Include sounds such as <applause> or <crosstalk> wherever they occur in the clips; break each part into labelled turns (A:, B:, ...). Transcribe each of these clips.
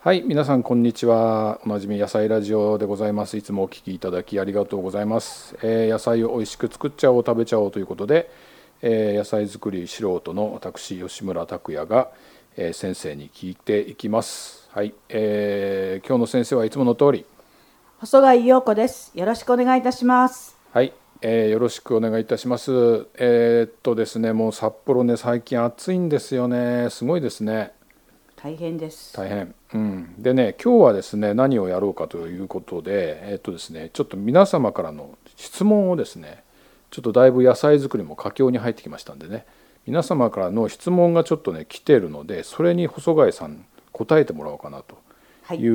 A: はい皆さんこんにちはおなじみ野菜ラジオでございますいつもお聞きいただきありがとうございます、えー野菜を美味しく作っちゃおう食べちゃおうということで、えー野菜作り素人の私吉村拓也が、えー先生に聞いていきますはい、えー今日の先生はいつもの通り
B: 細貝陽子です。よろしくお願いいたします。
A: はい、えーよろしくお願いいたします。えーっとですね、もう札幌ね、最近暑いんですよね。すごいですね。
B: 大変です。
A: 大変。うん。でね、今日はですね、何をやろうかということで、えーっとですね、ちょっと皆様からの質問をですね、ちょっとだいぶ野菜作りも佳境に入ってきましたんでね、皆様からの質問がちょっとね来てるので、それに細貝さん答えてもらおうかなと
B: はいいう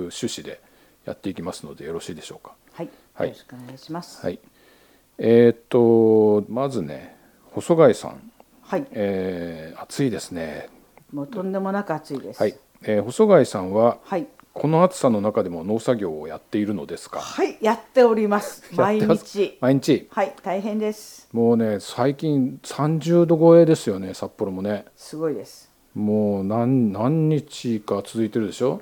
A: 趣旨でやっていきますので、よろしいでしょうか。
B: はい、
A: はい
B: よろしくお願いします。
A: はい。えーっとまずね細貝さん、
B: はい、
A: えー暑いですね。
B: もうとんでもなく暑いです。
A: はい、。えー細貝さんは
B: はい。
A: この暑さの中でも農作業をやっているのですか。
B: はい、やっております。毎
A: <laughs> やってます
B: 日。
A: 毎日。
B: はい、大変です。
A: もうね最近30度超えですよね札幌もね。
B: すごいです。
A: もう何何日か続いてるでしょ。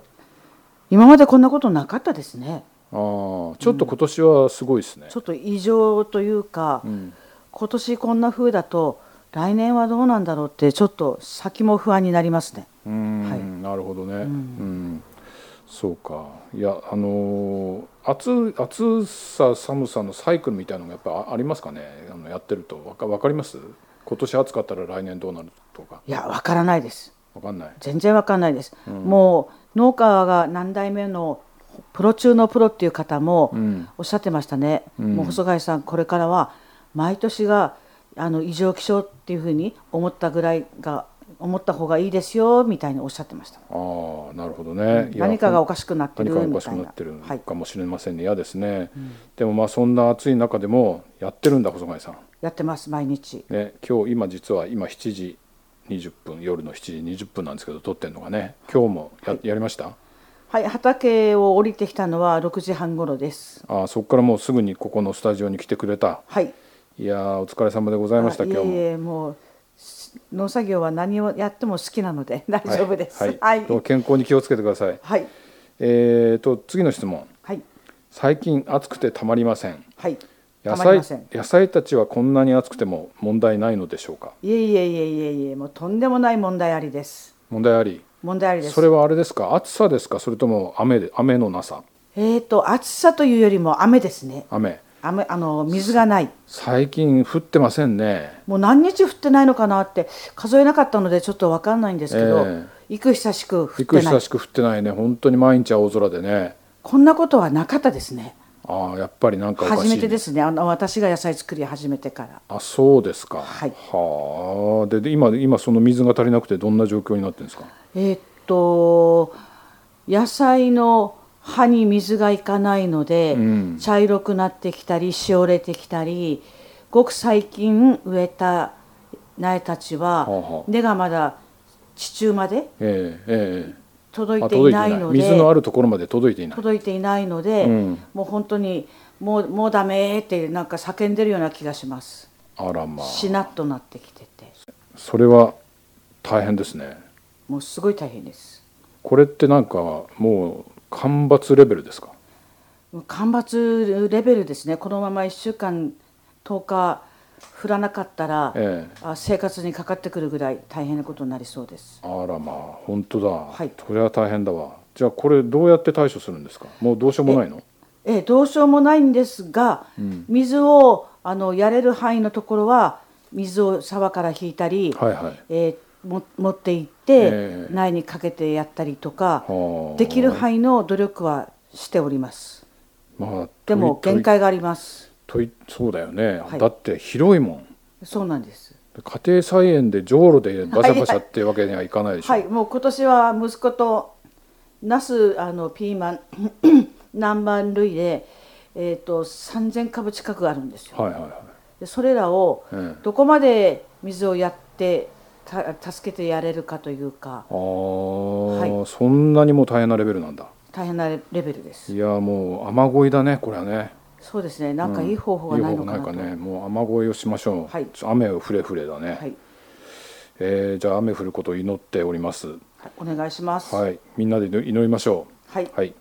B: 今までこんなことなかったですね。
A: ああちょっと今年はすごいですね。
B: ちょっと異常というか、今年こんな風だと来年はどうなんだろうってちょっと先も不安になりますね。
A: うーん、
B: はい
A: なるほどね、うんそうかいやあのー暑暑さ寒さのサイクルみたいなのがやっぱあありますかねあのやってるとわかわかります今年暑かったら来年どうなるとか
B: いや、わからないです。
A: わかんない
B: 全然わかんないです、もう農家が何代目のプロ中のプロっていう方も
A: ん
B: おっしゃってましたね、もう細貝さんこれからは毎年があの異常気象っていうふうに思ったぐらいが思った方がいいですよみたいにおっしゃってまし
A: あ
B: た
A: あなるほどねいや
B: 何かがおかしくなって
A: 何
B: る
A: かがお
B: み
A: かしく
B: たい
A: な
B: な
A: ってる
B: はい、
A: かもしれませんね嫌ですね、でもまあそんな暑い中でもやってるんだ細貝さん
B: やってます毎日
A: ね今日今実は今7時20分夜の7時20分なんですけど撮ってるのがね今日もや,、やりました
B: はい畑を降りてきたのは6時半頃です
A: あーそこからもうすぐにここのスタジオに来てくれた
B: はい
A: いやーお疲れ様でございました
B: あ
A: 今日
B: い
A: も
B: えいえもうし農作業は何をやっても好きなので大丈夫です
A: はいはいどうも健康に気をつけてください
B: はい
A: えーと次の質問
B: はい
A: 最近暑くてたまりません
B: はい。
A: 野
B: たま
A: 菜
B: りません。
A: 野菜たちはこんなに暑くても問題ないのでしょうか
B: いえいえいえいえいえ、もうとんでもない問題ありです。
A: 問題あり
B: 問題ありです。
A: それはあれですか暑さですかそれとも雨で雨のなさ
B: えっ、と暑さというよりも雨ですね。
A: 雨
B: 雨あの水がない。
A: 最近降ってませんね
B: もう何日降ってないのかなって数えなかったのでちょっとわかんないんですけど、
A: え
B: 行く久しく降
A: び
B: っ
A: っく
B: て
A: り
B: ない
A: 久。しく降ってないね本当に毎日青空でね
B: こんなことはなかったですね。
A: ああやっぱりなんかおかしい、ね、
B: 初めてですね。あの私が野菜作り始めてから。
A: あそうですか。
B: はい
A: はあでで今今その水が足りなくてどんな状況になってるんですか。
B: えーっと野菜の葉に水がいかないので、
A: ん
B: 茶色くなってきたりしおれてきたりごく最近植えた苗たち
A: は
B: は、
A: あはあ
B: 根がまだ地中まで
A: ええええ
B: 届
A: あ
B: いていないので
A: 水のあるところまで届いていない。
B: 届いていないので、
A: うん
B: もう本当にもうもうダメってなんか叫んでるような気がします
A: あらまあ。
B: しなっとなってきてて
A: それは大変ですね。
B: もうすごい大変です
A: これってなんかもう干ばつレベルですか。
B: もう干ばつレベルですねこのまま1週間10日降らなかったら、
A: ええ
B: あ生活にかかってくるぐらい大変なことになりそうです
A: あらまあ本当だ。
B: はい
A: それは大変だわ。じゃあこれどうやって対処するんですか。もうどうしようもないの。
B: ええどうしようもないんですが、水をあのやれる範囲のところは水を沢から引いたり、
A: はいはい。
B: ええも持って行って、
A: ええ
B: 苗にかけてやったりとか、
A: はあ
B: できる範囲の努力はしております
A: まあ
B: でも
A: とい
B: 限界があります
A: といそうだよね、
B: はい
A: だって広いもん。
B: そうなんです
A: 家庭菜園でじょうろでバシャバシャってわけにはいかないでしょ、
B: はい、もう今年は息子とナスあのピーマン <clears throat> 南蛮類で、えー、と3,000株近くあるんですよ。
A: はいはいはい
B: でそれらを
A: ええ
B: どこまで水をやってた助けてやれるかというか
A: ああ、
B: は
A: そんなにもう大変なレベルなんだ
B: 大変なレベルです。
A: いやもう雨乞いだねこれはね
B: そうですねなんかいい方法が
A: いい
B: な
A: 方
B: い
A: 法
B: の
A: な
B: かないと。
A: かねもう雨乞いをしましょう、
B: はい
A: ちょ雨をふれふれだね、
B: はい
A: えーじゃあ雨降ることを祈っております
B: お願いします。はい。
A: はい、みんなで祈りましょう。はい、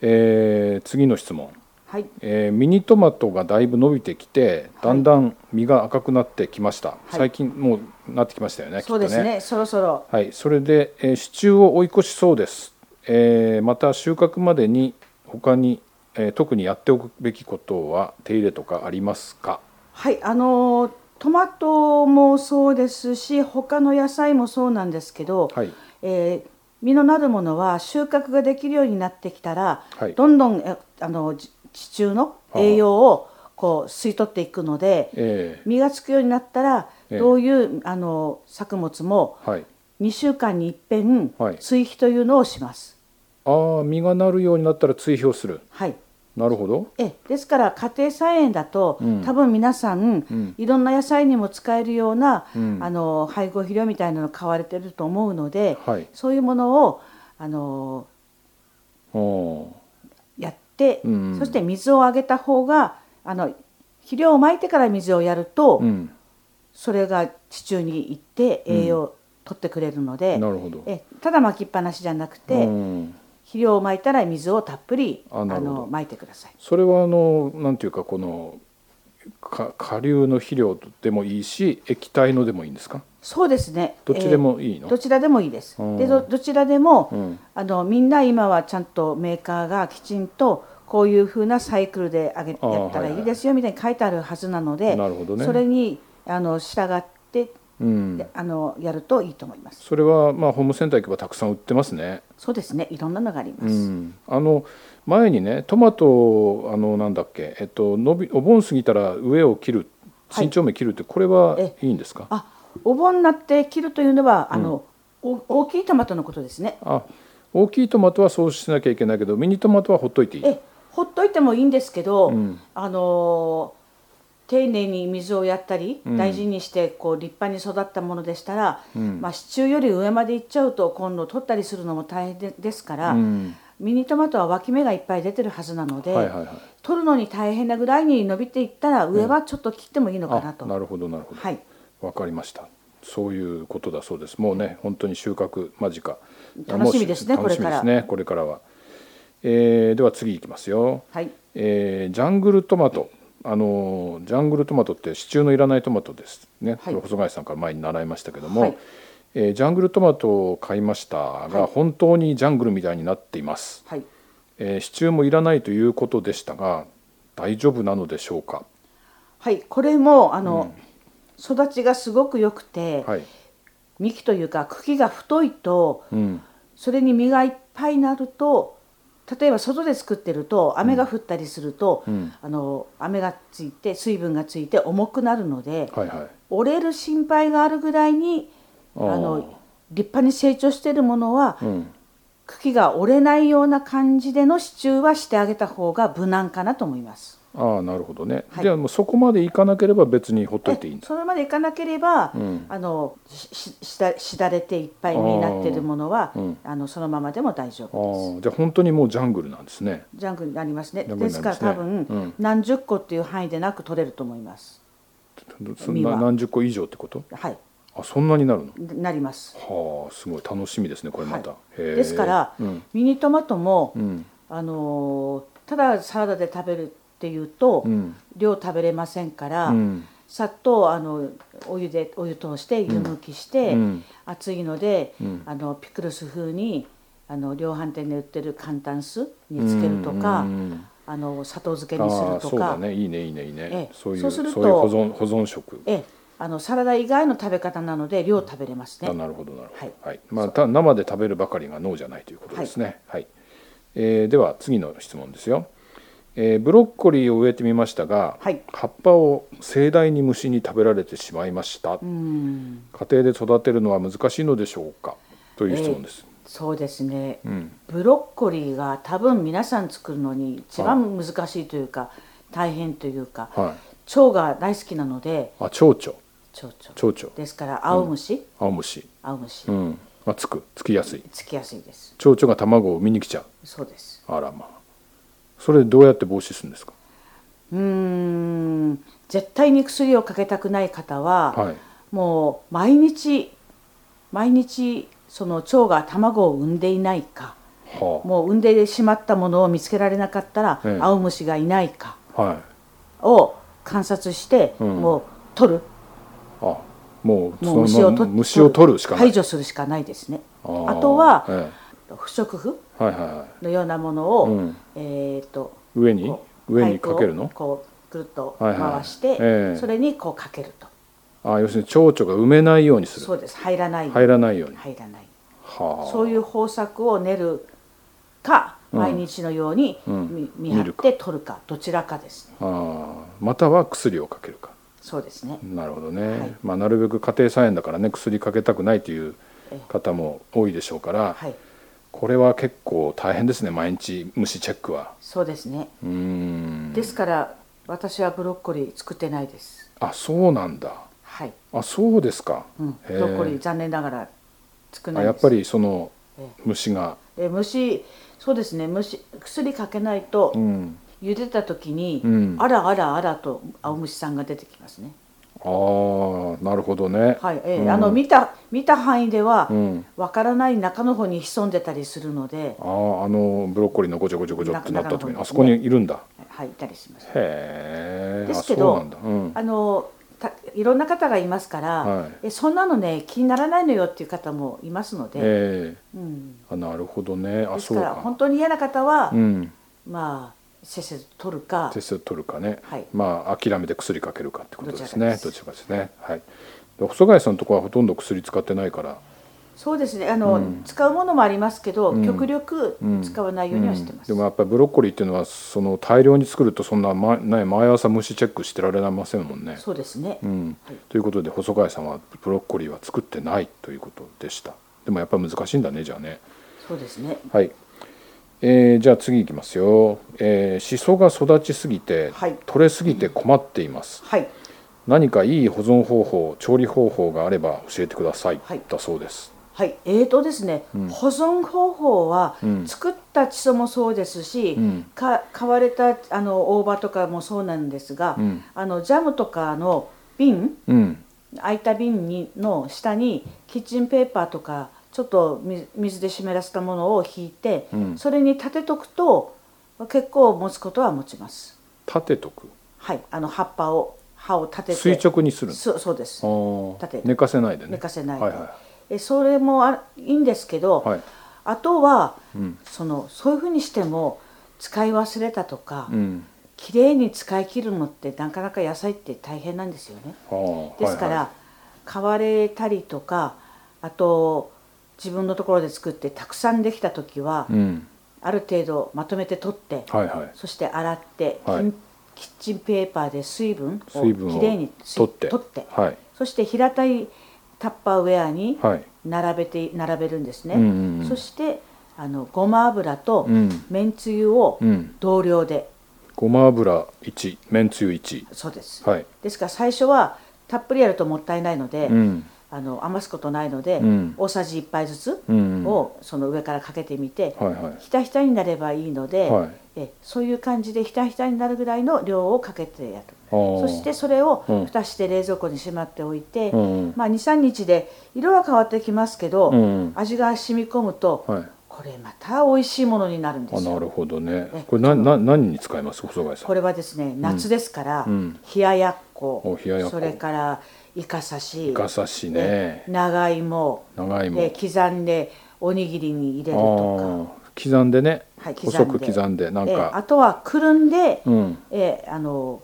A: えー次の質問、
B: はい。
A: えーミニトマトがだいぶ伸びてきて、だんだん実が赤くなってきました。最近もうなってきましたよね。
B: そうで
A: き
B: す
A: っ
B: ね
A: とね。
B: そろそろ。
A: はい、それで、えー、支柱を追い越しそうです。えーまた収穫までに他に、えー特にやっておくべきことは手入れとかありますか。
B: はい。あのートマトもそうですし、他の野菜もそうなんですけど、
A: はい
B: えー実のなるものは収穫ができるようになってきたら、
A: はい
B: どんどんえあのじ地中の栄養をこう吸い取っていくので、
A: え
B: 実がつくようになったら、
A: ええ
B: どういうあの作物も
A: ーはい。
B: 2週間に一遍、
A: はい
B: 追肥というのをします。
A: ああ、実がなるようになったら追肥をする。
B: はい、
A: なるほど。
B: えですから家庭菜園だと、
A: うん
B: 多分皆さん、
A: うん
B: いろんな野菜にも使えるような、
A: うん
B: あの配合肥料みたいなの買われてると思うので、
A: はい
B: そういうものをあの
A: おー
B: やって、
A: うん
B: そして水をあげた方があの肥料をまいてから水をやると、
A: うん。
B: それが地中に行って栄養を取ってくれるので、
A: なるほど。
B: えただ巻きっぱなしじゃなくて、
A: うん、
B: 肥料をまいたら水をたっぷり
A: あ
B: あ
A: なるほど
B: のまいてください。
A: それはあのなんていうかこのか下流の肥料でもいいし液体のでもいいんですか
B: そうですね。
A: どっちでもいいの
B: どちらでもいいです。
A: うん
B: でどどちらでも、
A: うん
B: あのみんな今はちゃんとメーカーがきちんとこういうふうなサイクルであげや
A: あー
B: ったら
A: はいはい
B: いいですよみたいに書いてあるはずなので、
A: なるほどね
B: それにあの従って、
A: うん
B: であのやるといいと思います。
A: それはまあホームセンター行けばたくさん売ってますね
B: そうですね。いろんなのがありま
A: う
B: す。
A: んあの前にねトマトあのなんだっけえっと伸びお盆過ぎたら上を切る
B: はい
A: 身長目切るってこれは
B: え
A: いいんですか
B: あ、お盆になって切るというのはあの、お大きいトマトのことですね。
A: あ大きいトマトはそうしなきゃいけないけどミニトマトはほっといていい
B: えほっといてもいいんですけど、
A: うん
B: あのー丁寧に水をやったり
A: うん
B: 大事にしてこう立派に育ったものでしたら、
A: うん
B: まあ、支柱より上まで行っちゃうと今度取ったりするのも大変でですから、
A: うん
B: ミニトマトは脇芽がいっぱい出てるはずなので、
A: はいはいはい
B: 取るのに大変なぐらいに伸びていったら上はちょっと切ってもいいのかな
A: あ
B: と。
A: なるほどなるほど
B: はい
A: わかりました。そういうことだそうです。もうね、本当に収穫間近。
B: 楽しみですね
A: もう楽しみです
B: これ
A: ねこれからは。えーでは次いきますよ。
B: はい
A: えージャングルトマト。あのージャングルトマトって支柱のいらないトマトですね、
B: はい
A: 細貝さんから前に習いましたけども、
B: はい
A: えージャングルトマトを買いましたが、
B: はい
A: 本当にジャングルみたいになっています、
B: はい
A: えー支柱もいらないということでしたが大丈夫なのでしょうか
B: はい、これもあの、育ちがすごく良くて、
A: はい、
B: 幹というか茎が太いと
A: うん、
B: それに実がいっぱいになると例えば外で作ってると雨が降ったりすると、
A: うん
B: あの雨がついて水分がついて重くなるので、
A: はいはい
B: 折れる心配があるぐらいにあ
A: あー
B: の立派に成長してるものは、
A: うん
B: 茎が折れないような感じでの支柱はしてあげた方が無難かなと思います。
A: ああなるほどね、
B: はい
A: じゃあもうそこまでいかなければ別にほっといていいん
B: え
A: だ
B: それまでいかなければ、
A: うん
B: あのしししだしだれていっぱいになってるものは
A: あ
B: あ、
A: ーうん
B: のそのままでも大丈
A: あ
B: 夫です。
A: あじゃあ本当にもうジャングルなんですね
B: ジャングルになりますね。
A: ジャングル
B: で
A: にな
B: す
A: り
B: か
A: ま
B: ら
A: すね
B: 多分、
A: うん
B: 何十個っていう範囲でなく取れると思います。
A: そん
B: 実
A: な
B: は
A: 何十個以上ってこと
B: はい、
A: あそんなになるの
B: なります。
A: はあすごい楽しみですねこれまた、
B: は
A: へえ
B: ですから、
A: うん、
B: ミニトマトも、
A: うん
B: あのーただサラダで食べるっていうと、
A: うん
B: 量食べれませんから、
A: うん
B: さっとあのお湯でお湯通して湯むきして、
A: うん
B: 熱いので、
A: うん
B: あのピクルス風にあの量販店で売ってる簡単酢につけるとか、
A: うんうん
B: あの砂糖漬け
A: あ
B: にする
A: あ
B: と
A: そう
B: か
A: だねいいねいいねいいね、
B: ええ
A: そういう
B: そうすると
A: いう保存保存食
B: ええあのサラダ以外の食べ方なので量食べれますね。
A: あなるほどなるほど、
B: はい
A: まあ、た生で食べるばかりが脳じゃないということですね、はいえーでは次の質問ですよ、えーブロッコリーを植えてみましたが、
B: はい
A: 葉っぱを盛大に虫に食べられてしまいました、
B: うん
A: 家庭で育てるのは難しいのでしょうかという質問です、
B: そうですね、
A: うん
B: ブロッコリーが多分皆さん作るのに一番難しいというか、大変というか、
A: はい
B: 蝶が大好きなので
A: あ蝶々
B: 蝶々
A: 蝶々
B: ですから青虫、
A: 青虫
B: 青虫、
A: うんあつくつきやすい
B: つきやすいです
A: 蝶々が卵を産みに来ちゃう
B: そうです
A: あらまあそれどうやって防止するんですか
B: うーん絶対に薬をかけたくない方は、
A: はい
B: もう毎日毎日その蝶が卵を産んでいないか
A: は
B: もう産んでしまったものを見つけられなかったら、
A: ええ
B: 青虫がいないか
A: あはい
B: を観察して、
A: うん
B: もう取る
A: あもう
B: も
A: そうの
B: 虫を取
A: 虫を取るしかない、
B: 排除するしかないですね
A: ー
B: あとは、
A: え
B: 不織布
A: えはいはいは
B: のようなものを、
A: うん
B: えっ、と
A: い上に
B: こう
A: 上にかけるの
B: パイプをこうくるっと
A: はいはい
B: 回して、
A: ええ
B: それにこうかけると
A: ああ要するに蝶々が埋めないようにする
B: そうです入らない、
A: 入らないように
B: 入らない
A: はあ
B: そういう方策を練るか、
A: うん
B: 毎日のように
A: うん
B: 見,、
A: 見
B: 張
A: る
B: っ
A: か
B: て取るかどちらかですね
A: ああまたは薬をかけるか
B: そうですね、
A: なるほどね、
B: はい
A: まあ、なるべく家庭菜園だからね薬かけたくないという方も多いでしょうから、
B: はい
A: これは結構大変ですね毎日虫チェックは
B: そうですね、
A: うーん
B: ですから私はブロッコリー作ってないです
A: あそうなんだ
B: はい、
A: あそうですか、
B: うん、
A: へえ
B: ブロッコリー残念ながら作ら
A: あ
B: ない
A: や
B: で
A: っ
B: す
A: ぱりその
B: え
A: 虫が
B: え虫そうですね虫薬かけないと、
A: うん
B: 茹でた時に、
A: うん
B: あらあらあらと青虫さんが出てきますね。
A: ああなるほどね
B: はい、えー
A: うん
B: あの見た見た範囲では
A: うん
B: わ、からない中の方に潜んでたりするので、
A: あああのブロッコリーのごちょごちょごちょってなった時
B: ななるほど
A: に
B: ね
A: あそこにいるんだ
B: はい、いたりします。
A: へえ
B: で
A: あ
B: すけ
A: そう
B: ど
A: なんだ、うん、
B: あのたいろんな方がいますから、
A: はい
B: えそんなのね気にならないのよっていう方もいますので、
A: え
B: うん、
A: えあなるほどねあ
B: です
A: そ
B: か
A: う
B: ら
A: か
B: 本当に嫌な方は、
A: うん
B: まあせっせと取るか
A: テスト取るかね、
B: はい
A: まあ諦めて薬かけるかってことですねど
B: ど
A: ち
B: ち
A: らかですねはいで細貝さんのとこはほとんど薬使ってないから
B: そうですねあの、使うものもありますけど、
A: ん
B: 極力使わないようにはしてます。
A: でもやっぱりブロッコリーっていうのはその大量に作るとそんな、まね、毎朝虫チェックしてられませんもんね。
B: そうですね、
A: うん
B: はい
A: ということで細貝さんはブロッコリーは作ってないということでした。でもやっぱり難しいんだねじゃあね。
B: そうですね
A: はい、えーじゃあ次いきますよ、えーシソが育ちすぎて、
B: はい
A: 取れすぎて困っています
B: はい
A: 何かいい保存方法調理方法があれば教えてください、
B: はい
A: だそうです
B: はい、えーとですね、保存方法は、
A: ん
B: 作った地層もそうですし、
A: ん
B: か買われたあの大葉とかもそうなんですが、
A: ん
B: あのジャムとかの瓶
A: うん
B: 空いた瓶にの下にキッチンペーパーとかちょっとみ水で湿らせたものを引いて、
A: うん
B: それに立てとくと結構持つことは持ちます。
A: 立てとく
B: はい、あの葉っぱを葉を立てて
A: 垂直にするんです
B: そうそうです
A: あ。ー
B: 立て
A: 寝かせないでね
B: 寝かせないで、
A: はいは
B: えそれもあいいんですけど、
A: はい
B: あとは、
A: ん
B: そのそういうふうにしても使い忘れたとか、
A: い、うん
B: きれいに使い切るのってなかなか野菜って大変なんですよね。
A: あー
B: ですから、
A: は
B: 買われたりとかあと自分のところで作ってたくさんできた時は、
A: いはい、うん
B: ある程度まとめて取って、
A: はいはい
B: そして洗って、
A: はい
B: キンキッチンペーパーで水分を
A: 水分を
B: きれいに吸い
A: 取って
B: 取って
A: はい
B: そして平たいタッパーウェアに
A: はい
B: 並べて並べるんですね、
A: うんうんうん
B: そしてあのごま油と
A: うん
B: めんつゆを
A: うん
B: 同量で、
A: ごま油1めんつゆ1
B: そうです、
A: はい
B: ですから最初はたっぷりやるともったいないので、
A: うん
B: あの余すことないので、
A: ん
B: 大さじ1杯ずつ
A: うん
B: をその上からかけてみて、
A: はいはい
B: ひたひたになればいいので、
A: はい
B: えそういう感じでひたひたになるぐらいの量をかけてやる
A: あー
B: そしてそれを
A: うん
B: 蓋して冷蔵庫にしまっておいて、
A: うんうん
B: まあ、23日で色は変わってきますけど、
A: うんうん
B: 味が染み込むと、
A: はい
B: これまた美味しいものになるんで
A: あ
B: す
A: な
B: よ
A: るほどね
B: え。
A: これなな何に使います細貝さん。
B: これはですね夏ですから、
A: うん
B: 冷ややっこ
A: お冷ややっこ
B: それからイカ刺し
A: イカ刺し
B: え
A: ね。
B: 長芋
A: 長芋。
B: え刻んでおにぎりに入れる
A: あ
B: と
A: あ刻んでね、
B: か、はい、
A: 細く刻んでなん
B: えあ
A: か。
B: とはくるんで、
A: うん。
B: えあの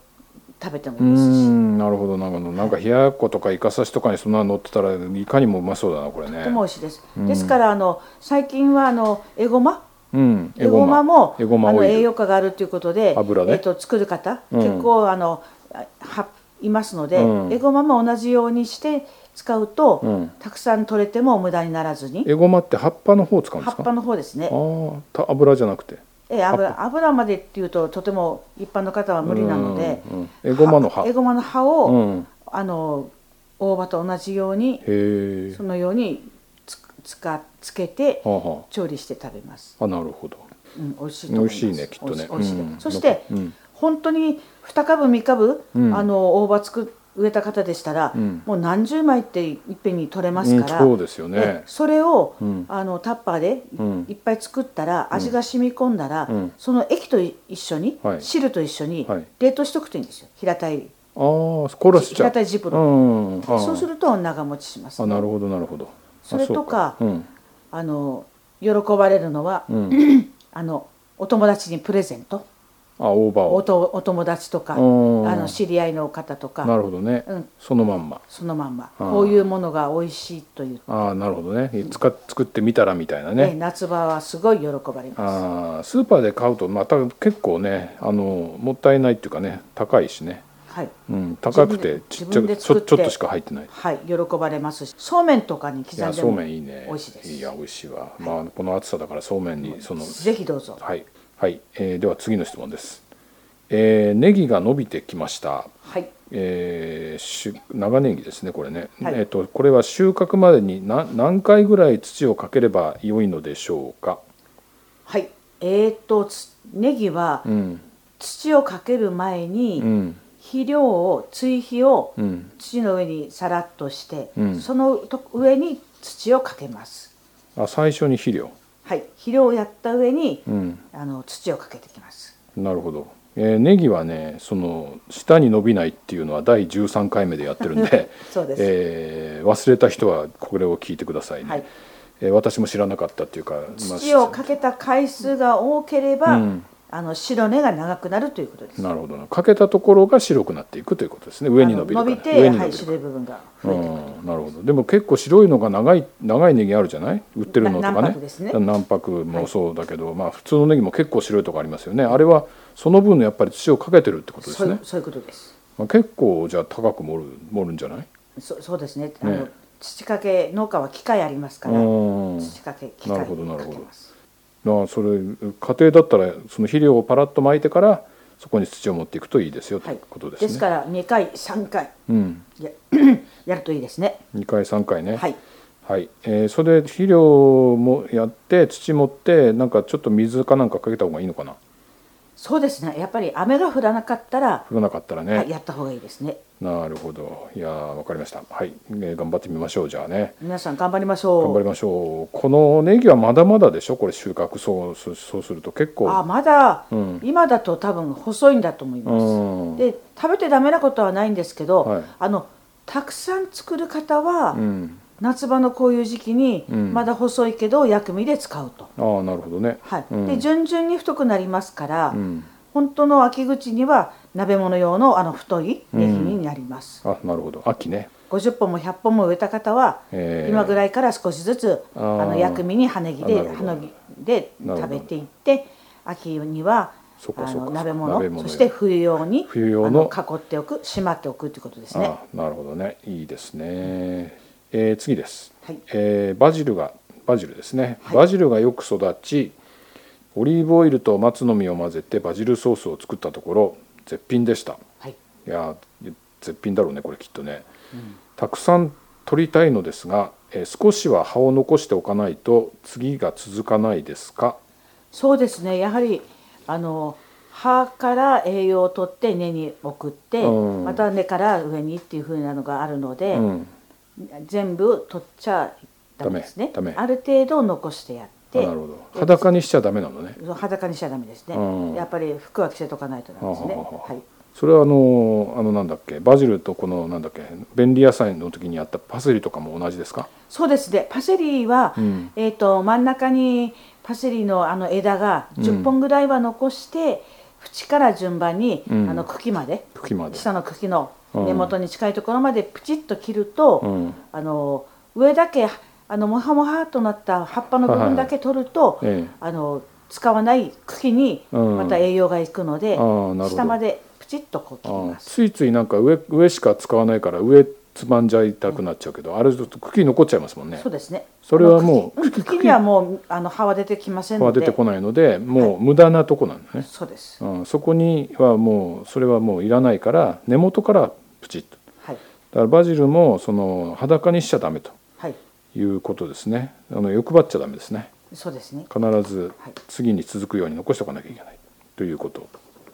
B: 食べても
A: うー
B: いいですし
A: んなるほどなるほどなんか冷ややっことかイカ刺しとかにそんなの乗ってたらいかにもうまそうだなこれ
B: と
A: ね
B: て。も美味しいです、ですからあの最近はあのエゴマ
A: うん
B: エゴマも
A: エゴマ
B: あの
A: オイル
B: 栄養価があるということで
A: 油で
B: えっと作る方、
A: うん
B: 結構あのあはいますので、
A: うん
B: エゴマも同じようにして使うと、
A: うん
B: たくさん取れても無駄にならずに
A: エゴマって葉っぱの方を使うんで
B: 葉
A: す
B: っ
A: か。
B: ぱの方ですね
A: あーた油じゃなくて。
B: ええ油油までっていうととても一般の方は無理なので、
A: うんうんエゴマの葉
B: はエゴマの葉を、
A: うん。へ
B: あの大葉と同じように
A: え
B: そ。のようにつつかつけて
A: はあは
B: 調理して食べます
A: あ。あなるほど。
B: うん、美味しいと思います
A: 美味しいねきっとね
B: 美味しい美味しい
A: うん
B: そして、
A: うん
B: 本当に2株3株、
A: うん
B: あの大葉作植えた方でしたら、
A: うん
B: もう何十枚っていっぺんに取れますから、
A: うんそうですよね
B: それを、
A: うん
B: あのタッパーで
A: うん
B: いっぱい作ったら、味が染み込んだら、
A: うん
B: その液と一緒に、
A: はい
B: 汁と一緒に
A: はい
B: 冷凍しとくといいんですよ平たい
A: ああ凍らしちゃう
B: 平たいジップロ
A: うんああ
B: そうすると長持ちします、
A: あなるほどなるほど
B: それと
A: あ
B: か
A: そううん
B: あの喜ばれるのは、
A: うん、
B: <clears throat> あのお友達にプレゼント
A: あオーバー
B: お
A: を
B: とお友達とかあ
A: うん
B: の知り合いの方とか
A: なるほどね、
B: うん
A: そのまんま
B: そのまんま
A: うん
B: こういうものが美味しいという、
A: ああなるほどね使っ作ってみたらみたいなね、
B: ね夏場はすごい喜ばれます
A: あースーパーで買うとまた結構ねあのもったいないっていうかね高いしね、
B: はい、
A: うん、高くてち
B: 自
A: っちゃ
B: 分
A: く
B: で自分で
A: ちょ
B: 作って
A: ちょっとしか入ってない
B: はい、喜ばれますしそうめんとかに刻
A: いや
B: んで
A: そう
B: も
A: めんいいね
B: 美味しいです
A: や美味しいわ、まあこの暑さだからそうめんにその
B: ぜひどうぞ
A: はい、はいえーでは次の質問です、えー、ネギが伸びてきました
B: はい
A: えーしゅ長ネギですねこれね、
B: はい
A: えー、とこれは収穫までに何何回ぐらい土をかければ良いのでしょうか、
B: はいえー、とつネギは
A: うん
B: 土をかける前に、
A: うん
B: 肥料を追肥を
A: うん、
B: 土の上にさらっとして、
A: うん
B: そのと上に土をかけます
A: あ最初に肥料、
B: はい肥料をやった上に、
A: うん、
B: あの土をかけてきます
A: なるほど、えー、ネギはねその下に伸びないっていうのは第13回目でやってるんで
B: <laughs> そうです
A: えー忘れた人はこれを聞いてくださいね、
B: はい
A: えー私も知らなかったっていうか、まあ
B: 土をかけた回数が多ければ、
A: うん
B: あの白根が長くなるということです
A: なるほどなかけたところが白くなっていくということですね上に伸びるか
B: あ
A: ら
B: の
A: ね上
B: て
A: に
B: は
A: 伸びる
B: い
A: か
B: 白い部分が
A: う
B: 増えてくる、
A: ん、なるほどでも結構白いのが長い長いネギあるじゃない売ってるのとかね
B: な卵白ですね
A: 卵白もそうだけど、まあ普通のネギも結構白いとこありますよねあれはその分のやっぱり土をかけてるってことで
B: そ
A: す
B: う
A: ね、
B: そういうことです
A: まあ、結構じゃあ高く盛る盛るんじゃない
B: そそうですねあの
A: ね
B: 土かけ農家は機械ありますから
A: うん
B: 土かけ機械
A: なる
B: に
A: ほどなる
B: か
A: ほど
B: けます
A: まあそれ家庭だったらその肥料をパラッと巻いてからそこに土を持っていくといいですよと
B: はいいう
A: ことですね、
B: ですから2回3回
A: うん、 <coughs>
B: ややるといいですね
A: 2回3回ね
B: はい
A: はいえーそれで肥料もやって土持ってなんかちょっと水かなんかかけた方がいいのかな
B: そうですねやっぱり雨が降らなかったら、
A: 降らなかったらね、
B: はい、やった方がいいですね
A: なるほどいやーわかりましたはい、えー頑張ってみましょうじゃあね
B: 皆さん頑張りましょう
A: 頑張りましょうこのネギはまだまだでしょこれ収穫そうそうそうすると結
B: あ
A: 構
B: まだ、
A: うん
B: 今だと多分細いんだと思いうます、
A: ん
B: で食べてダメなことはないんですけど、
A: はい
B: あのたくさん作る方は、
A: うん
B: 夏場のこういう時期に、
A: うん
B: まだ細いけど薬味で使うと、
A: ああなるほどね
B: はい
A: うん
B: で順々に太くなりますから、
A: うん
B: 本当の秋口には鍋物用のあの太いネギになります、
A: あなるほど秋ね
B: 50本も100本も植えた方は、
A: えー
B: 今ぐらいから少しずつ
A: あ
B: あ
A: ー
B: の薬味に葉ネギ
A: あな
B: で
A: るほ
B: 葉
A: ど
B: のぎで
A: なるほ
B: 食
A: ど
B: べていって秋には
A: そっか
B: あ
A: そっ
B: の
A: か
B: 鍋物
A: 鍋物用
B: そして冬用に
A: 冬用の
B: あの囲っておくしまっておくということですね
A: あなるほどねいいですね、えー次です、
B: はい
A: えーバジルがバジルですね、バジルがよく育ちオリーブオイルと松の実を混ぜてバジルソースを作ったところ絶品でした
B: はい
A: いやー絶品だろうねこれきっとね、たくさん取りたいのですが、えー少しは葉を残しておかないと次が続かないですか
B: そうですねやはりあの葉から栄養を取って根に送って、
A: うん
B: また根から上にっていうふうなのがあるので、
A: うん
B: 全部取っちゃダメですね
A: ダメダメ
B: ある程度残してやっ
A: あ
B: て
A: なるほど裸にしちゃダメなのね
B: 裸にしちゃダメですね、
A: うん
B: やっぱり服は着せとかないとダメですね
A: はははは
B: はい
A: それはあのあのなんだっけバジルとこのなんだっけ便利野菜の時にやったパセリとかも同じですか
B: そうですねパセリは、
A: うん
B: えー、と真ん中にパセリのあの枝が10本ぐらいは残して、縁から順番に、
A: ん
B: あの茎まで
A: 茎まで
B: 下の茎の
A: うん
B: 根元に近いところまでプチッと切ると、
A: うん
B: あの上だけあのモハモハとなった葉っぱの部分だけ取ると、
A: はいはいええ
B: あの使わない茎に
A: うん
B: また栄養がいくので、
A: あーなるほど
B: 下までプチッとこう切り
A: あ
B: ます。
A: ついついなんか上上しか使わないから上つまんじゃいたくなっちゃうけど、あれちょっと茎残っちゃいますもんね
B: そう
A: <laughs>
B: ですね。
A: それはもう
B: あの茎茎にはもうあの葉は出てきませ
A: 葉
B: んの
A: は
B: で、
A: 出てこないのでもう無駄なとこなんだね、
B: そうです。
A: うん、そこにはもうそれはもういらないから根元からプチッと
B: はい
A: だからバジルもその裸にしちゃダメと
B: はい、
A: いうことですねあの欲張っちゃダメですね
B: そうですね。
A: 必ず
B: はい
A: 次に続くように残しておかなきゃいけないということ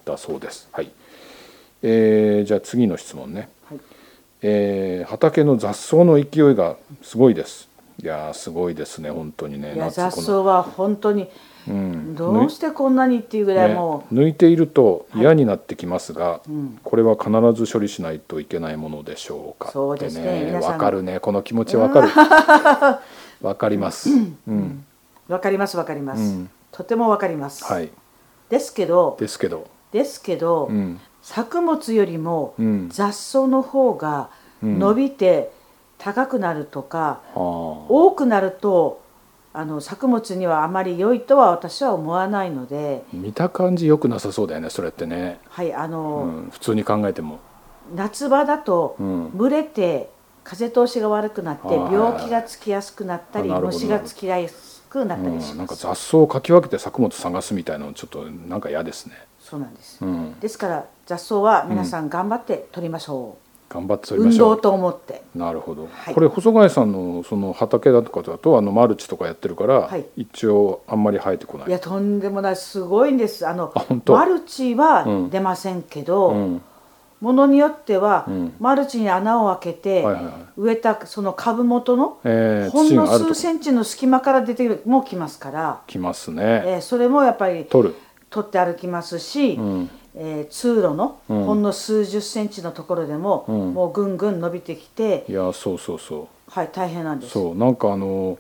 A: だそうです。はい。えーじゃあ次の質問ね。
B: はい
A: えー畑の雑草の勢いがすごいですいやーすごいですね本当にね
B: いや
A: 夏こ
B: 雑
A: の
B: 草は本当に
A: うん
B: どうしてこんなにっていうぐらいも
A: ね、抜いていると嫌になってきますが、これは必ず処理しないといけないものでしょうか
B: そうですね
A: って
B: 皆さん
A: わかるねこの気持ちわかる <laughs> わかります、うん
B: うわかりますわかります、
A: うん
B: とてもわかります、
A: はい
B: ですけど
A: ですけど、
B: ですけど、
A: うん
B: 作物よりも
A: うん
B: 雑草の方が伸びて高くなるとか、
A: あー
B: 多くなるとあの作物にはあまり良いとは私は思わないので、
A: 見た感じ良くなさそうだよねそれってね、
B: はいあ
A: う
B: の
A: ん、普通に考えても
B: 夏場だと
A: うん
B: 蒸れて風通しが悪くなって
A: あー
B: 病気がつきやすくなったり
A: あなるほど
B: 虫がつきやすくなったり
A: う
B: し
A: ん、なん
B: ま
A: か
B: す、
A: 雑草をかき分けて作物探すみたいなのちょっとなんか嫌ですね、
B: そうなんです、
A: うん、
B: ですから雑草は皆さん頑張って取りましょ
A: 頑張って
B: う、
A: 取りま
B: 運
A: しょ
B: 動
A: う
B: と思って
A: なるほど、
B: はい
A: これ細貝さんのその畑だとかだとあのマルチとかやってるから、
B: はい
A: 一応あんまり生えてこない
B: いやとんでもないすごいんですあの
A: あ本当
B: マルチは
A: ん
B: 出ませんけど、
A: うん、
B: ものによっては、
A: うん
B: マルチに穴を開けて、
A: はいはいはい
B: 植えたその株元の、
A: えー、
B: ほん
A: 土
B: の
A: があると
B: 数センチの隙間から出てもきますから、
A: きますね、
B: えーそれもやっぱり
A: 取る
B: 取って歩きますし、
A: ん
B: えー通路の
A: うん
B: ほんの数十センチのところでも、
A: うん
B: もうぐんぐん伸びてきて、
A: いやそうそうそ
B: はい大変なんで
A: う
B: す。
A: そうなんかあの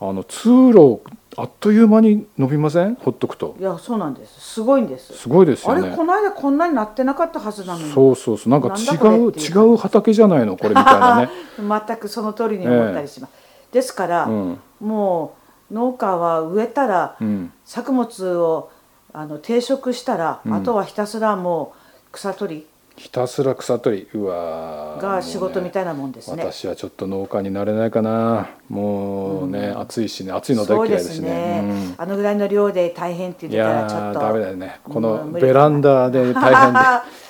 A: あの通路あっという間に伸びませんほっとくと
B: いやそうなんですすごいんです。
A: すごいです
B: あ
A: よ
B: れ
A: ね
B: この間こんなになってなかったはずなのに。
A: そうそうそうなんか
B: なん
A: 違
B: だこれ
A: う
B: っていう
A: 違う畑じゃないのこれみたいなね
B: <laughs> 全くその通りに思ったりします、ですから、
A: うん
B: もう農家は植えたら、
A: うん
B: 作物をあの定食したら、あとはひたすらもう草取り
A: ひたすら草取りうわーもう
B: が
A: ね
B: 仕事みたいなもんですね。
A: 私はちょっと農家になれないかなもうね、暑いしね暑いの大
B: そう
A: 嫌い
B: で
A: ですす
B: ね、
A: ね
B: あのぐらいの量で大変って
A: うん、い
B: 言っ
A: や
B: てたらちょっ
A: ー
B: と
A: ダメだよねこ
B: う
A: の
B: ん無理
A: ベランダ
B: <laughs>
A: で大変で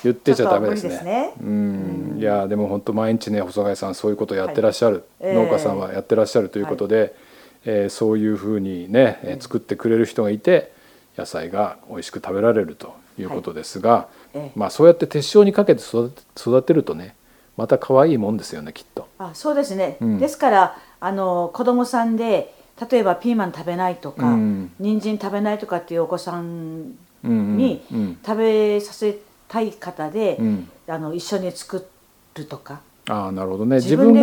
A: 言ってちゃダメです
B: ちょ
A: ね
B: っと無理ですね
A: うんいやーでも本当毎日ね細貝さんそういうことやってらっしゃる、
B: はいええ
A: 農家さんはやってらっしゃるということで、えーそういうふうにね、えー作ってくれる人がいて野菜が美味しく食べられるということですが、
B: いええ
A: まあそうやって手塩にかけて育て育てるとねまた可愛いもんですよねきっと。
B: あそうですね、
A: ん
B: ですからあの子供さんで例えばピーマン食べないとか、
A: うん
B: 人参食べないとかっていうお子さん
A: うんうん
B: に
A: うん
B: 食べさせたい方で、
A: うん
B: あの一緒に作るとか
A: ああなるほどね自
B: 自
A: 分
B: 分で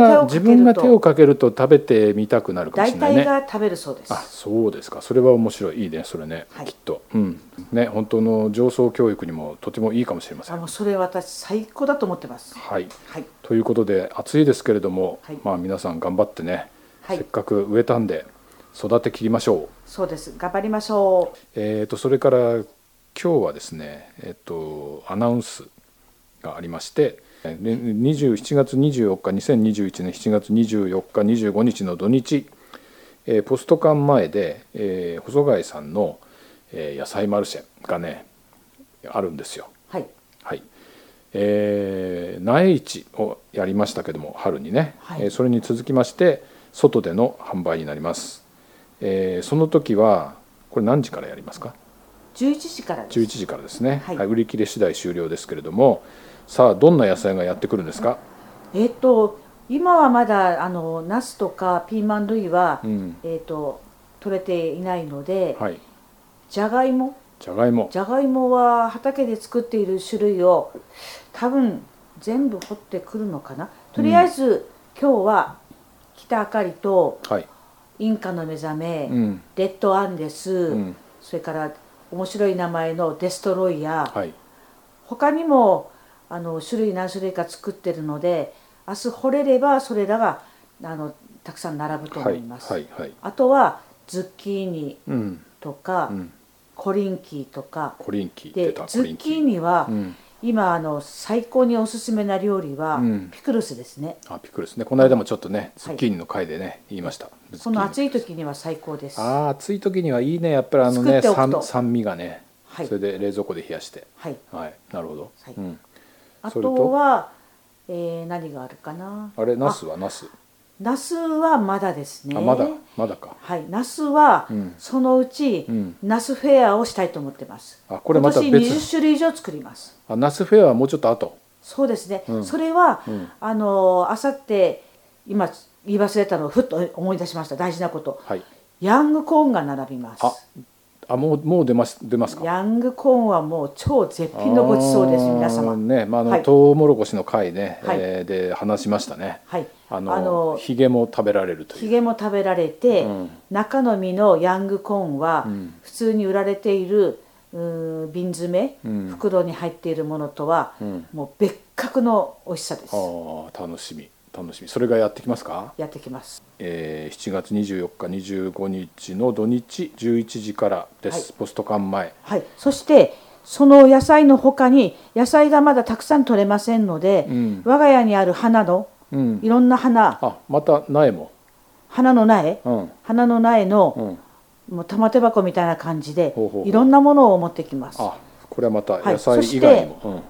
A: が
B: 手
A: 自
B: をかけると
A: 分が手をかけると食べてみたくなるかもし
B: 大
A: れないね
B: 体が食べるそうです
A: あ。そうですかそれは面白いいいねそれね、
B: はい
A: きっとうんね本当の上層教育にもとてもいいかもしれませ
B: あ
A: ん
B: のそれ私最高だと思ってます。
A: はい
B: はい、
A: ということで暑いですけれども、
B: はい
A: まあ皆さん頑張ってね、
B: はい
A: せっかく植えたんで育てきりましょう
B: そうです。頑張りましょう。
A: えー、とそれから今日はですね、えー、とアナウンスがありましてえーね27月24日2021年7月24日25日の土日、えーポスト館前で、えー細貝さんの、えー野菜マルシェがねあるんですよ。
B: はい、
A: はいえー苗市をやりましたけども春にね、
B: はい
A: えーそれに続きまして外での販売になります、えーその時はこれ何時からやりますか
B: 11時からです。
A: 11時からですね、
B: はい
A: はい売り切れ次第終了ですけれどもさあどんな野菜がやってくるんですか、
B: えっ、と今はまだあのナスとかピーマン類は、
A: うん
B: えっ、と取れていないので、
A: はい
B: じゃがいも
A: じゃがいも
B: じゃがいもは畑で作っている種類を多分全部掘ってくるのかなとりあえず、今日は北あかりと
A: はい
B: インカの目覚め、
A: うん
B: レッドアンデス、
A: ん
B: それから面白い名前のデストロイヤー、
A: はい
B: 他にもあの種類何種類か作ってるので明日掘れればそれらがあのたくさん並ぶと思
A: はい
B: います、
A: はいはい
B: あとはズッキーニ
A: うん
B: とか、
A: ん
B: コリンキーとか
A: コリンキー出
B: で
A: たコ
B: ズ
A: リン
B: ッ
A: キ
B: キ
A: ー
B: ーニは、
A: ん
B: 今あの最高におすすめな料理は、
A: うん
B: ピクルスですね
A: あピクルスねこの間もちょっとねズッキーニの回でね、言いました
B: この暑
A: い
B: い時には最高です
A: あ
B: は
A: ー暑い時にはいいねやっぱりあの
B: 作
A: ね
B: っておくと
A: 酸酸味がね、
B: はい
A: それで冷蔵庫で冷やして
B: い
A: はいなるほど、
B: はい
A: うん、
B: あ
A: それと
B: とはえー何があるかな
A: あれナスはナス
B: ナスはまだですね
A: あまだまだか
B: はいナスは、
A: うん
B: そのうち、
A: うん
B: ナスフェアをしたいと思ってます
A: あこれまた別
B: 今年20種類以上作ります
A: あナスフェアはもうちょっと後
B: そうですね、それは、あのあさって今言い忘れたのをふっと思い出しました大事なこと、
A: はい
B: ヤングコーンが並びます
A: ああもうもう出ます出ますか
B: ヤングコーンはもう超絶品のごちそうです
A: あー
B: 皆様
A: ね、まああの、
B: はい
A: トウモロコシの回ね、
B: はい
A: えーで話しましたね。
B: はい
A: あの
B: あの
A: ヒゲも食べられると
B: ヒ
A: いう。
B: ゲも食べられて、中の実のヤングコーンは、普通に売られているうー瓶詰め、袋に入っているものとは、もう別格の美味しさです
A: ああ楽しみ楽しみ。それがやってきますか？
B: やってきます
A: えー7月24日25日の土日11時からです。ポスト館前。
B: はいそしてその野菜の他に野菜がまだたくさん取れませんので、
A: ん
B: 我が家にある花の、
A: うん
B: いろんな花
A: あまた苗も。
B: 花の苗、
A: うん
B: 花の苗
A: う
B: の、
A: ん。
B: もう玉手箱みたいな感じで
A: ほうほうほう
B: いろんなものを持ってきます
A: あこれはまた
B: はい
A: 野菜以外にも。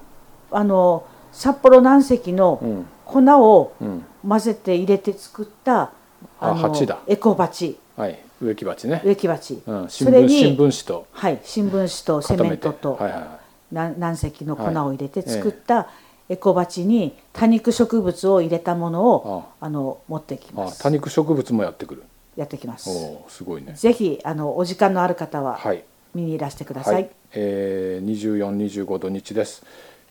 B: あの札幌南石
A: うん
B: の粉を
A: うんうん。
B: 混ぜて入れて作った、
A: あ
B: の
A: 鉢だ
B: エコ鉢
A: はい植木鉢ね。
B: 植木鉢、
A: うん新
B: それ
A: 聞新聞
B: に、
A: 紙と
B: はい、新聞紙とセ
A: 固
B: メ
A: め
B: ン
A: て。
B: トと、
A: はいはいはい。
B: な軟石の粉
A: はい
B: を入れて作ったエコ鉢に多肉植物を入れたものをあの持ってきま
A: あ
B: す
A: 多肉植物もやってくる。
B: やってきます
A: おおすごいね。
B: ぜひあのお時間のある方は
A: はい。
B: 見にいらしてくださ、
A: はいい、えー、24、25土日です。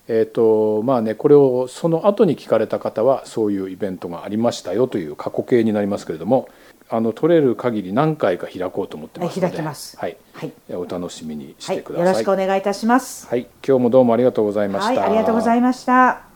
A: えっ、とまあねこれをその後に聞かれた方はそういうイベントがありましたよという過去形になりますけれども、あの取れる限り何回か開こうと思ってますので、
B: はい開きます
A: はい、
B: はい
A: えーお楽しみにし
B: はい
A: て
B: よ
A: ください。
B: ろしくお願いいたします
A: はい、今日もどうもありがとうございました。
B: はいありがとうございました